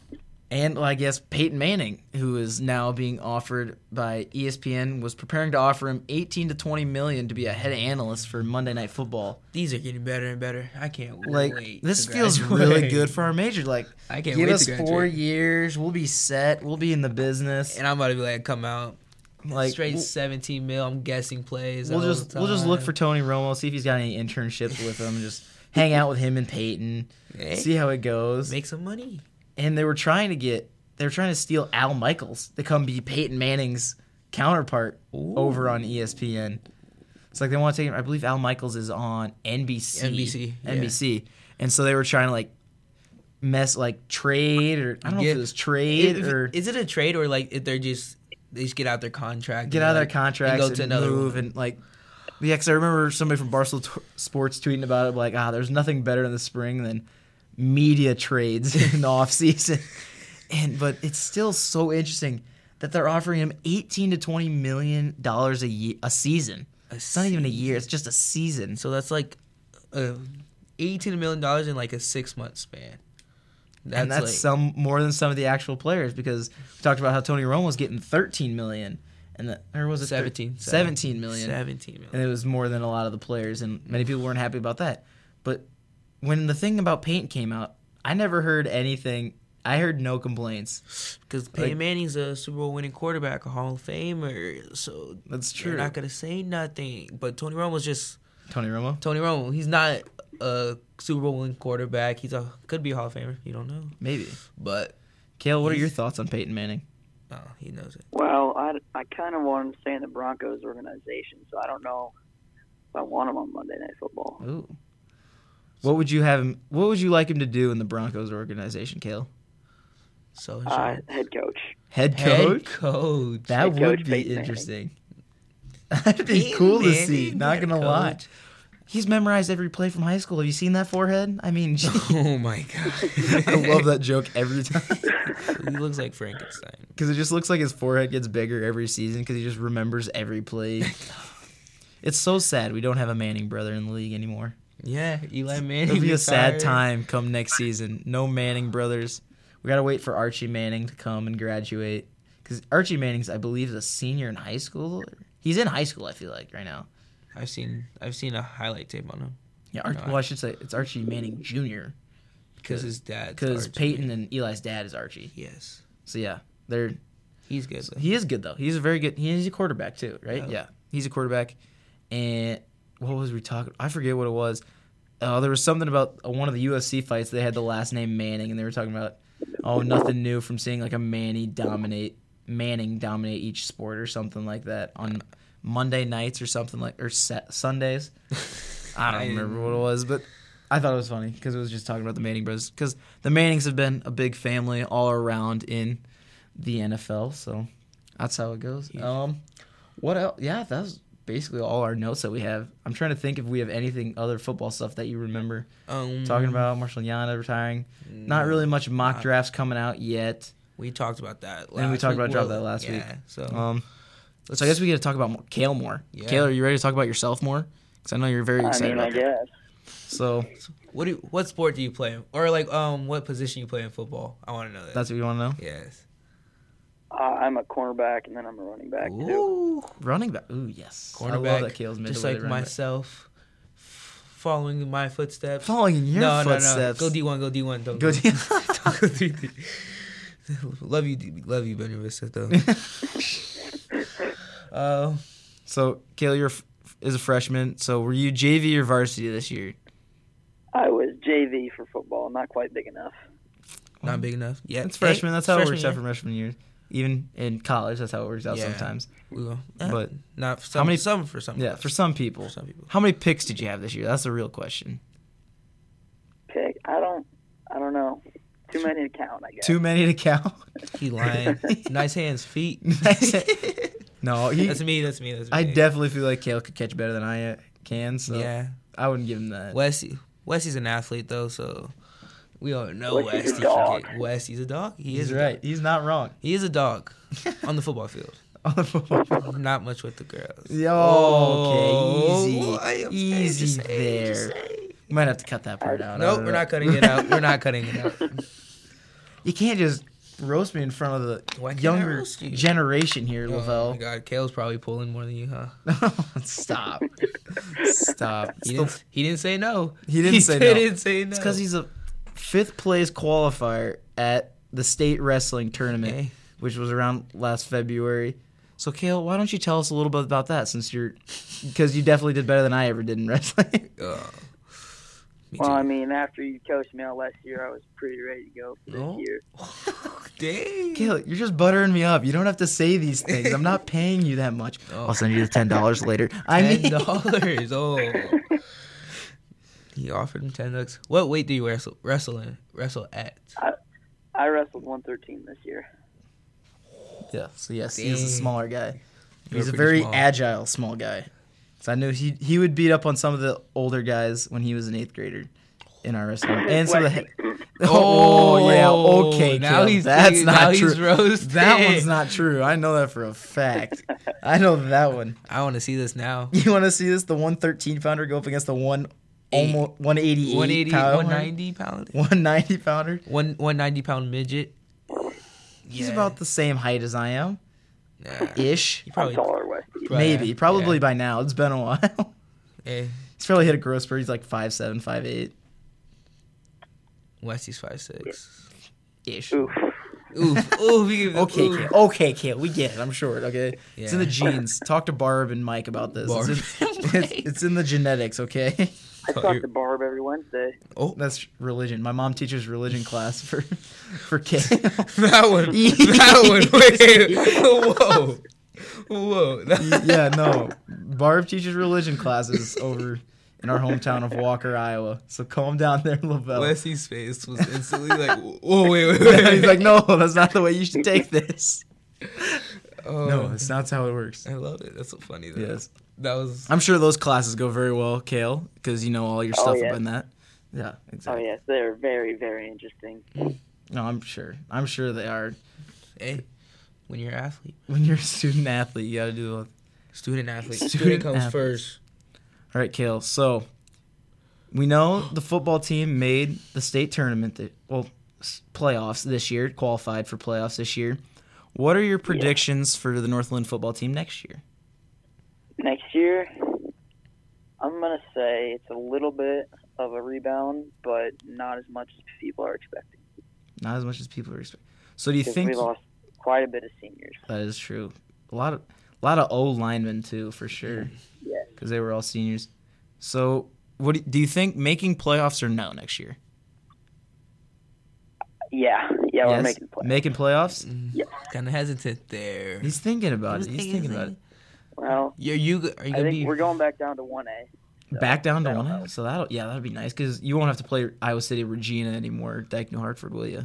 Speaker 1: and well, I guess Peyton Manning, who is now being offered by E ESPN, was preparing to offer him 18 to 20 million to be a head analyst for Monday Night Football.
Speaker 2: these are getting better and better. I can't
Speaker 1: Like
Speaker 2: wait.
Speaker 1: this
Speaker 2: to
Speaker 1: feels
Speaker 2: graduate.
Speaker 1: really good for our major. Like
Speaker 2: I can't
Speaker 1: give
Speaker 2: wait
Speaker 1: us
Speaker 2: to
Speaker 1: four
Speaker 2: graduate.
Speaker 1: years, we'll be set, we'll be in the business.
Speaker 2: And I'm about to be like, come out
Speaker 1: Like
Speaker 2: straight
Speaker 1: we'll,
Speaker 2: 17 mil. I'm guessing plays.
Speaker 1: we'll
Speaker 2: all
Speaker 1: just
Speaker 2: the
Speaker 1: we'll just look
Speaker 2: time.
Speaker 1: for Tony Romo, see if he's got any internships with him, and just hang out with him and Peyton,
Speaker 2: Eh?
Speaker 1: see how it goes.
Speaker 2: make some money.
Speaker 1: and they were trying to get they were trying to steal Al Michaels to come be Peyton Manning's counterpart
Speaker 2: Ooh.
Speaker 1: over on E ESPN. It's like they want to take him. I believe Al Michaels is on NBC.
Speaker 2: NBC, yeah.
Speaker 1: NBC. And so they were trying to like mess like trade or I don't know if
Speaker 2: Get-
Speaker 1: it was trade
Speaker 2: If-
Speaker 1: or
Speaker 2: is it a trade or like if they're just they just get out their contract?
Speaker 1: get
Speaker 2: and,
Speaker 1: out of their
Speaker 2: like,
Speaker 1: contracts
Speaker 2: go
Speaker 1: and,
Speaker 2: to another
Speaker 1: move
Speaker 2: one.
Speaker 1: and like yeah, because I remember somebody from Barstool t- Sports tweeting about it, like, ah, there's nothing better in the spring than media trades in the off season, and but it's still so interesting that they're offering him 18 to 20 million dollars a year a season.
Speaker 2: A
Speaker 1: it's not even a year; it's just a season.
Speaker 2: So that's like uh, 18 million dollars in like a six month span. That's,
Speaker 1: and that's
Speaker 2: like,
Speaker 1: some more than some of the actual players because we talked about how Tony Romo's getting 13 million, and that or was it thir-
Speaker 2: 17,
Speaker 1: 17 million.
Speaker 2: 17 million.
Speaker 1: and it was more than a lot of the players, and many people weren't happy about that. But when the thing about paint came out, I never heard anything. I heard no complaints.
Speaker 2: Because Peyton
Speaker 1: Like-
Speaker 2: Manning's a Super Bowl winning quarterback, a Hall of Famer, so
Speaker 1: That's
Speaker 2: they're not gonna say nothing. But Tony Romo's just
Speaker 1: Tony Romo,
Speaker 2: Tony Romo. He's not a Super Bowl winning quarterback. He's a could be a Hall of Famer. You don't know,
Speaker 1: maybe.
Speaker 2: but
Speaker 1: Kale, what are your thoughts on Peyton Manning?
Speaker 2: oh, he knows it.
Speaker 3: Well, I, I kind of want him to stay in the Broncos organization, so I don't know if I want him on Monday Night Football.
Speaker 1: Ooh. What would you have him? What would you like him to do in the Broncos organization, Kale?
Speaker 2: So
Speaker 3: Uh,
Speaker 2: insurance.
Speaker 3: head coach.
Speaker 1: Head
Speaker 2: head
Speaker 1: coach.
Speaker 2: coach.
Speaker 1: That
Speaker 3: Head
Speaker 1: would
Speaker 3: coach
Speaker 1: be
Speaker 3: Peyton Manning.
Speaker 1: interesting. That'd be
Speaker 2: Peyton
Speaker 1: cool to
Speaker 2: Manning,
Speaker 1: see. Not
Speaker 2: head
Speaker 1: gonna lie.
Speaker 2: coach.
Speaker 1: He's memorized every play from high school. Have you seen that forehead? I mean, gee,
Speaker 2: Oh my god,
Speaker 1: I love that joke every time.
Speaker 2: he looks like Frankenstein.
Speaker 1: Because it just looks like his forehead gets bigger every season because he just remembers every play. it's so sad we don't have a Manning brother in the league anymore.
Speaker 2: Yeah, Eli Manning.
Speaker 1: It'll be a sad
Speaker 2: retired.
Speaker 1: time come next season. No Manning brothers. We got to wait for Archie Manning to come and graduate. Because Archie Manning's, I believe, is a senior in high school. He's in high school, I feel like, right now.
Speaker 2: I've seen I've seen a highlight tape on him
Speaker 1: Yeah, Arch-
Speaker 2: No, I-
Speaker 1: well, I should say it's Archie Manning Jr.
Speaker 2: because his dad.
Speaker 1: Because Peyton and Eli's dad is Archie.
Speaker 2: Yes,
Speaker 1: So, yeah, they're
Speaker 2: he's good. though.
Speaker 1: He is good though. He's a very good. He's a quarterback too, right?
Speaker 2: Yeah.
Speaker 1: Yeah, he's a quarterback. And what was we talking? I forget what it was. Uh, there was something about uh, one of the UFC fights. They had the last name Manning, and they were talking about oh nothing new from seeing like a Manny dominate Manning dominate each sport or something like that on Monday nights or something like or sa- Sundays. I don't
Speaker 2: I-
Speaker 1: remember what it was, but I thought it was funny because it was just talking about the Manning brothers. Because the Mannings have been a big family all around in the NFL, so that's how it goes. Um, what else? Yeah, that's basically all our notes that we have. I'm trying to think if we have anything other football stuff that you remember
Speaker 2: Um,
Speaker 1: talking about. Marshall Yana retiring. Not
Speaker 2: no,
Speaker 1: really much mock
Speaker 2: Mm, not-
Speaker 1: drafts coming out yet.
Speaker 2: We talked about that.
Speaker 1: And we talked about drop
Speaker 2: Well,
Speaker 1: that last
Speaker 2: yeah, So
Speaker 1: Um, so I guess we got to talk about more- Kale more.
Speaker 2: Oh. Yeah.
Speaker 1: Kale, are you ready to talk about yourself more? Because I know you're very
Speaker 3: I
Speaker 1: excited.
Speaker 3: mean, I
Speaker 1: about that.
Speaker 3: guess.
Speaker 1: So
Speaker 2: What do you, what sport do you play, or like um what position you play in football? I want to know that.
Speaker 1: That's what you want to know.
Speaker 2: yes.
Speaker 3: Uh, I'm a cornerback and then I'm a running back too.
Speaker 2: Ooh,
Speaker 1: Running back. Ooh, yes. I
Speaker 2: cornerback.
Speaker 1: love that Kale's
Speaker 2: just
Speaker 1: middleweight running
Speaker 2: like
Speaker 1: back.
Speaker 2: myself, f- following in my footsteps.
Speaker 1: Following in your
Speaker 2: no,
Speaker 1: footsteps.
Speaker 2: no, no. Go D one. Go D one. Don't
Speaker 1: Go
Speaker 2: go.
Speaker 1: D-
Speaker 2: Don't go D three. Love you, D- love you, Benny Vicento. uh,
Speaker 1: So, Kale, you're f- is a freshman. So, were you JV or varsity this year?
Speaker 3: I was JV for football. Not quite big enough.
Speaker 2: not big enough. Yeah,
Speaker 1: Um, It's freshman. That's how it works
Speaker 2: year.
Speaker 1: out for freshman year. Even in college, that's how it works out
Speaker 2: Yeah.
Speaker 1: sometimes.
Speaker 2: We go.
Speaker 1: But-
Speaker 2: but not for some,
Speaker 1: many-
Speaker 2: some for some.
Speaker 1: Yeah, for some people.
Speaker 2: For some people.
Speaker 1: How many picks did you have this year? That's the real question.
Speaker 3: Pick. I don't. I don't know. Too many to count. I guess.
Speaker 1: Too many to count.
Speaker 2: He lying. nice hands, feet.
Speaker 1: no, Oh, he,
Speaker 2: that's me. That's me. That's me.
Speaker 1: I definitely feel like Kale could catch better than I uh, can. So
Speaker 2: Yeah,
Speaker 1: I wouldn't give him that.
Speaker 2: Wesley. Wesley's an athlete though, so we all know
Speaker 3: Wesley's a
Speaker 2: Wesley.
Speaker 3: dog.
Speaker 2: can get- Wesley's a dog. He
Speaker 1: He's
Speaker 2: is a dog.
Speaker 1: right. He's not wrong.
Speaker 2: He is a dog on the football field.
Speaker 1: On the football field.
Speaker 2: Not much with the girls.
Speaker 1: Yeah,
Speaker 2: Oh,
Speaker 1: okay, easy,
Speaker 2: I am saying,
Speaker 1: easy
Speaker 2: just saying, just
Speaker 1: there.
Speaker 2: saying.
Speaker 1: We might have to cut that part out. I
Speaker 2: Nope,
Speaker 1: don't
Speaker 2: we're
Speaker 1: know.
Speaker 2: not cutting it out. We're not cutting it out.
Speaker 1: You can't just roast me in front of the
Speaker 2: Why can't I
Speaker 1: younger
Speaker 2: roast you?
Speaker 1: generation here,
Speaker 2: Oh my
Speaker 1: Lavelle.
Speaker 2: God, Kale's probably pulling more than you, huh?
Speaker 1: Stop. Stop.
Speaker 2: He
Speaker 1: Still-
Speaker 2: didn't, he didn't say no.
Speaker 1: He didn't say no.
Speaker 2: He didn't say no.
Speaker 1: It's because he's a fifth place qualifier at the state wrestling tournament,
Speaker 2: Okay.
Speaker 1: which was around last February. So, Kale, why don't you tell us a little bit about that since you're, because you definitely did better than I ever did in wrestling.
Speaker 2: Oh. Me
Speaker 3: Well, I
Speaker 2: too.
Speaker 3: mean, after you coached me all last year, I was pretty ready to go for this
Speaker 2: No.
Speaker 3: year.
Speaker 2: Dang.
Speaker 1: Kale, you're just buttering me up. You don't have to say these things. I'm not paying you that much.
Speaker 2: Oh.
Speaker 1: I'll send you the ten dollars later. I
Speaker 2: ten
Speaker 1: mean,
Speaker 2: dollars. Oh, he offered him ten bucks. What weight do you wrestle wrestle in wrestle at?
Speaker 3: I wrestled 113 this year.
Speaker 1: yeah. So yes, he's a
Speaker 2: Dang.
Speaker 1: smaller guy.
Speaker 2: You're
Speaker 1: He's a
Speaker 2: pretty
Speaker 1: very
Speaker 2: small.
Speaker 1: agile, small guy. So I knew he he would beat up on some of the older guys when he was an eighth grader in our wrestling, and some of the. Oh, yeah, okay.
Speaker 2: Now
Speaker 1: Caleb,
Speaker 2: he's
Speaker 1: that's not
Speaker 2: now
Speaker 1: true.
Speaker 2: He's roasted.
Speaker 1: that one's not true. I know that for a fact. I know that one.
Speaker 2: I want to see this now.
Speaker 1: You want to see this? The one thirteen pounder go up against the one
Speaker 2: Eight.
Speaker 1: almost one eighty eight
Speaker 2: 180,
Speaker 1: pounder,
Speaker 2: 190 pound,
Speaker 1: one ninety pounder.
Speaker 2: one 190 pound midget.
Speaker 1: He's
Speaker 2: Yeah.
Speaker 1: about the same height as I am,
Speaker 2: Nah.
Speaker 1: ish.
Speaker 2: He
Speaker 3: I'm
Speaker 2: probably
Speaker 3: taller, Westy.
Speaker 2: Right.
Speaker 1: Maybe,
Speaker 2: yeah.
Speaker 1: probably by now. It's been a while.
Speaker 2: eh,
Speaker 1: He's probably hit a growth spurt. He's like five seven, five eight
Speaker 2: Westy's five six.
Speaker 1: ish.
Speaker 3: Oof.
Speaker 2: Oof, oof. he gave the
Speaker 1: Okay,
Speaker 2: oof.
Speaker 1: Kit. Okay, Kit. We get it. I'm sure. Okay. It's in the
Speaker 2: Yeah.
Speaker 1: genes. Talk to Barb and Mike about this.
Speaker 2: Barb.
Speaker 1: It's, in, it's, it's in the genetics, okay?
Speaker 3: I
Speaker 2: Oh,
Speaker 3: talk
Speaker 2: you're-
Speaker 3: to Barb every Wednesday. Oh,
Speaker 1: That's religion. My mom teaches religion class for for Kit.
Speaker 2: That one. That one. Wait. Whoa. Whoa. That,
Speaker 1: yeah, no. Barb teaches religion classes over in our hometown of Walker, Iowa. So calm down there, Lavelle.
Speaker 2: Wesley's face was instantly like, whoa, wait, wait, wait.
Speaker 1: He's like, no, that's not the way you should take this.
Speaker 2: oh,
Speaker 1: No, that's not how it works.
Speaker 2: I love it. That's so funny. Though.
Speaker 1: Yes.
Speaker 2: That was.
Speaker 1: I'm sure those classes go very well, Kale, because you know all your stuff
Speaker 3: Oh, yeah.
Speaker 1: about that. Yeah,
Speaker 3: Oh
Speaker 1: exactly.
Speaker 3: yes, they're very, very interesting.
Speaker 1: No, I'm sure. I'm sure they are.
Speaker 2: Hey, when you're an athlete,
Speaker 1: When you're a student athlete, you got to do it.
Speaker 2: student athlete,
Speaker 1: Student
Speaker 2: student, comes
Speaker 1: athlete.
Speaker 2: first.
Speaker 1: All right, Kale. So we know the football team made the state tournament, that, well, s- playoffs this year, qualified for playoffs this year. What are your predictions for the Northland football team next year?
Speaker 3: Next year, I'm gonna say it's a little bit of a rebound, but not as much as people are expecting.
Speaker 1: Not as much as people are expecting. So do you
Speaker 3: Because
Speaker 1: think
Speaker 3: we lost quite a bit of seniors.
Speaker 1: that is true? A lot of a lot of old linemen too, for sure,
Speaker 3: Yes.
Speaker 1: because they were all seniors. So what do, do you think making playoffs or no next year?
Speaker 3: Yeah, yeah, we're
Speaker 1: Yes?
Speaker 3: making the playoffs.
Speaker 1: Making playoffs?
Speaker 2: Kind of hesitant there.
Speaker 1: He's thinking about
Speaker 2: was
Speaker 1: it. He's
Speaker 2: thinking
Speaker 1: thinking about
Speaker 2: about
Speaker 1: it.
Speaker 3: well,
Speaker 2: You're, you g- are you
Speaker 3: I
Speaker 2: gonna
Speaker 3: think
Speaker 2: be?
Speaker 3: we're going back down to one A.
Speaker 1: Back down to
Speaker 3: that'll
Speaker 1: one. A?
Speaker 3: help.
Speaker 1: So that'll yeah, that'll be nice because you won't have to play Iowa City Regina anymore. Dyke New Hartford, will you?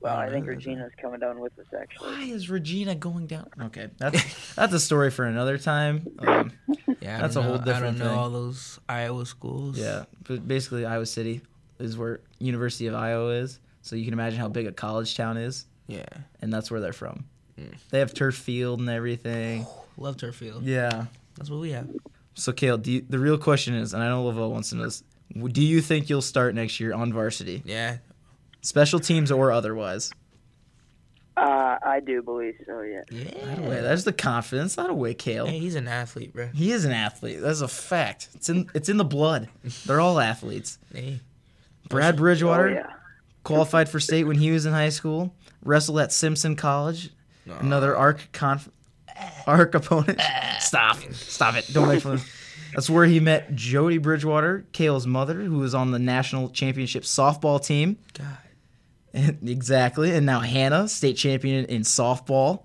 Speaker 3: Well,
Speaker 2: Oh,
Speaker 3: I think
Speaker 2: really?
Speaker 3: Regina's coming down with us actually.
Speaker 1: Why is Regina going down? Okay, that's that's a story for another time. Um,
Speaker 2: yeah, I
Speaker 1: that's
Speaker 2: don't
Speaker 1: a whole
Speaker 2: know. I
Speaker 1: different
Speaker 2: don't know
Speaker 1: thing.
Speaker 2: all those Iowa schools.
Speaker 1: yeah, but basically Iowa City is where University of Iowa is. So you can imagine how big a college town is,
Speaker 2: yeah.
Speaker 1: and that's where they're from.
Speaker 2: Mm.
Speaker 1: They have turf field and everything.
Speaker 2: Love turf field.
Speaker 1: Yeah.
Speaker 2: That's what we have.
Speaker 1: So Kale, do you, the real question is, and I know Lavelle wants to know this: W- Do you think you'll start next year on varsity,
Speaker 2: Yeah,
Speaker 1: special teams or otherwise?
Speaker 3: Uh, I do believe so. Yeah.
Speaker 1: Right
Speaker 2: yeah.
Speaker 1: away, There's the confidence. Not away, Kale.
Speaker 2: Hey, he's an athlete, bro.
Speaker 1: He is an athlete. That's a fact. It's in it's in the blood. They're all athletes.
Speaker 2: Hey,
Speaker 1: Brad Bridgewater
Speaker 3: Oh, yeah.
Speaker 1: qualified for state when he was in high school. Wrestled at Simpson College.
Speaker 2: Aw.
Speaker 1: Another arc conf- arc opponent. Stop. Stop it. Don't make fun. of him. That's where he met Jody Bridgewater, Kale's mother, who was on the national championship softball team.
Speaker 2: God,
Speaker 1: exactly. And now Hannah, state champion in softball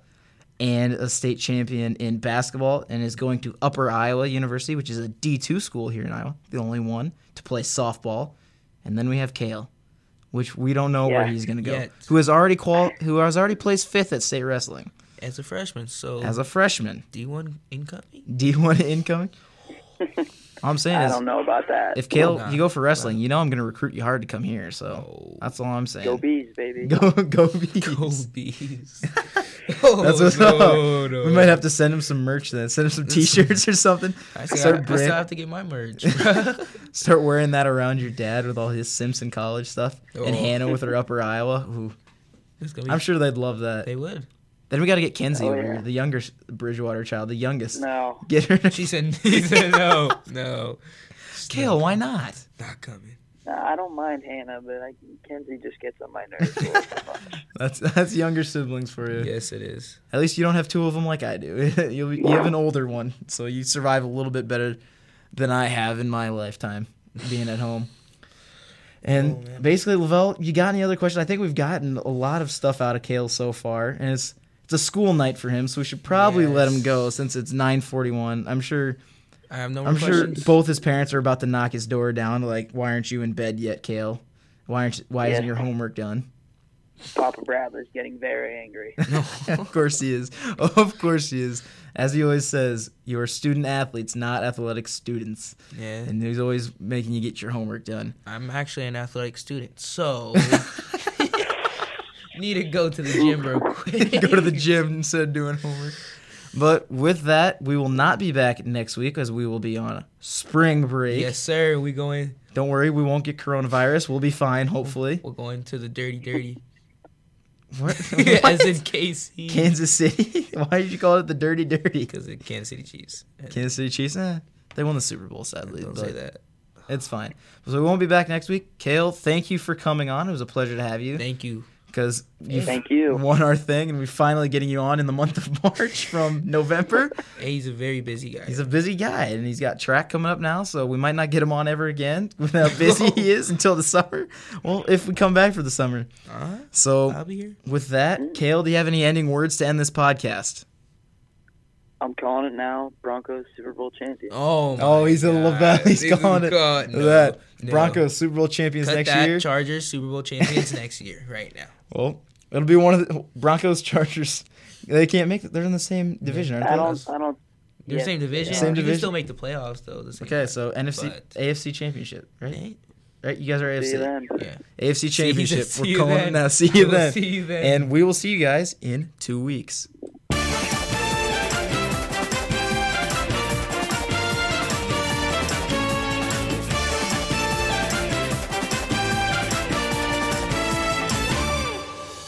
Speaker 1: and a state champion in basketball, and is going to Upper Iowa University, which is a D2 school here in Iowa, the only one to play softball. And then we have Kale, which we don't know where
Speaker 3: Yeah.
Speaker 1: he's going to go.
Speaker 2: Yet.
Speaker 1: Who has already qual- who has already placed 5th at state wrestling
Speaker 2: as a freshman, so
Speaker 1: as a freshman.
Speaker 2: D1 incoming.
Speaker 1: D1 incoming. All I'm saying
Speaker 3: Oh, I
Speaker 1: is
Speaker 3: don't know about that.
Speaker 1: if Kale,
Speaker 2: Nah.
Speaker 1: you go for wrestling, you know I'm going to recruit you hard to come here, so
Speaker 2: Oh,
Speaker 1: that's all I'm saying.
Speaker 3: Go bees, baby.
Speaker 1: Go go Bees.
Speaker 2: go bees. oh,
Speaker 1: That's what's
Speaker 2: no,
Speaker 1: up.
Speaker 2: no.
Speaker 1: We might have to send him some merch then. Send him some T-shirts or something.
Speaker 2: I still,
Speaker 1: Start,
Speaker 2: I still
Speaker 1: brand-
Speaker 2: have to get my merch. bro.
Speaker 1: start wearing that around your dad with all his Simpson College stuff, and
Speaker 2: Oh.
Speaker 1: Hannah with her Upper Iowa. Ooh,
Speaker 2: It's gonna be-
Speaker 1: I'm sure they'd love that.
Speaker 2: they would.
Speaker 1: Then we got to get Kenzie
Speaker 3: Oh,
Speaker 1: over
Speaker 3: yeah.
Speaker 1: here, the younger Bridgewater child, the youngest.
Speaker 3: No.
Speaker 1: Get her.
Speaker 2: She said, she said no, no.
Speaker 1: Kale, why not?
Speaker 2: Not coming.
Speaker 3: Nah, I don't mind Hannah, but I, Kenzie just gets on my nerves. a little too much.
Speaker 1: That's that's younger siblings for you.
Speaker 2: Yes, it is.
Speaker 1: At least you don't have two of them like I do. You'll be, you have an older one, so you survive a little bit better than I have in my lifetime being at home. And
Speaker 2: Oh, man.
Speaker 1: basically, Lavelle, you got any other questions? I think we've gotten a lot of stuff out of Kale so far, and it's it's a school night for him, so we should probably let him
Speaker 2: Yes.
Speaker 1: go since it's nine forty one. I'm sure
Speaker 2: I have no more
Speaker 1: I'm
Speaker 2: questions.
Speaker 1: sure both his parents are about to knock his door down. Like, why aren't you in bed yet, Kale? Why aren't why isn't
Speaker 3: Yeah.
Speaker 1: your homework done?
Speaker 3: Papa Bradley's getting very angry.
Speaker 1: of course he is. Of course he is. As he always says, you are student athletes, not athletic students.
Speaker 2: Yeah,
Speaker 1: And he's always making you get your homework done.
Speaker 2: I'm actually an athletic student, so need to go to the gym real quick.
Speaker 1: Go to the gym instead of doing homework. But with that, we will not be back next week as we will be on spring break.
Speaker 2: Yes, sir. We going.
Speaker 1: Don't worry, we won't get coronavirus. We'll be fine, hopefully.
Speaker 2: We're going to the dirty, dirty.
Speaker 1: What?
Speaker 2: As in KC.
Speaker 1: Kansas City? Why did you call it the Dirty Dirty?
Speaker 2: Because of Kansas City Chiefs. And
Speaker 1: Kansas City Chiefs? Eh, they won the Super Bowl, sadly.
Speaker 2: Don't
Speaker 1: but-
Speaker 2: say that.
Speaker 1: It's fine. So we won't be back next week. Kale, thank you for coming on. It was a pleasure to have you
Speaker 2: Thank you.
Speaker 1: because you
Speaker 3: Thank you.
Speaker 1: won our thing, and we're finally getting you on in the month of March from November.
Speaker 2: Hey, he's a very busy guy.
Speaker 1: He's a busy guy, and he's got track coming up now, so we might not get him on ever again with how busy he is until the summer. Well, if we come back for the summer.
Speaker 2: Huh? I'll
Speaker 1: So
Speaker 2: be here.
Speaker 1: with
Speaker 3: Mm-hmm.
Speaker 1: that, Kale, do you have any ending words to end this podcast?
Speaker 3: I'm calling it now. Broncos Super Bowl champion.
Speaker 2: Oh, my
Speaker 1: Oh, he's a
Speaker 2: God.
Speaker 1: LaBelle. He's
Speaker 2: This is
Speaker 1: calling it
Speaker 2: God. No,
Speaker 1: that
Speaker 2: no.
Speaker 1: Broncos Super Bowl champions
Speaker 2: Cut
Speaker 1: next
Speaker 2: that.
Speaker 1: year.
Speaker 2: Chargers Super Bowl champions next year, right now.
Speaker 1: Well, it'll be one of the Broncos Chargers. They can't make it. They're in the same division, aren't
Speaker 3: I
Speaker 1: they?
Speaker 3: don't. I don't.
Speaker 2: They're
Speaker 3: Yeah.
Speaker 2: same division.
Speaker 1: Same
Speaker 2: Same division. You
Speaker 1: division.
Speaker 2: can still make the playoffs though. The same
Speaker 1: Okay, so NFC,
Speaker 2: But-
Speaker 1: AFC Championship, right?
Speaker 2: Right?
Speaker 1: Right, you guys are
Speaker 3: See you
Speaker 1: AFC,
Speaker 3: then.
Speaker 2: Yeah.
Speaker 1: AFC Championship.
Speaker 2: See you
Speaker 1: We're calling
Speaker 2: then.
Speaker 1: it now. See you
Speaker 2: We'll
Speaker 1: then,
Speaker 2: See you then.
Speaker 1: and we will see you guys in two weeks.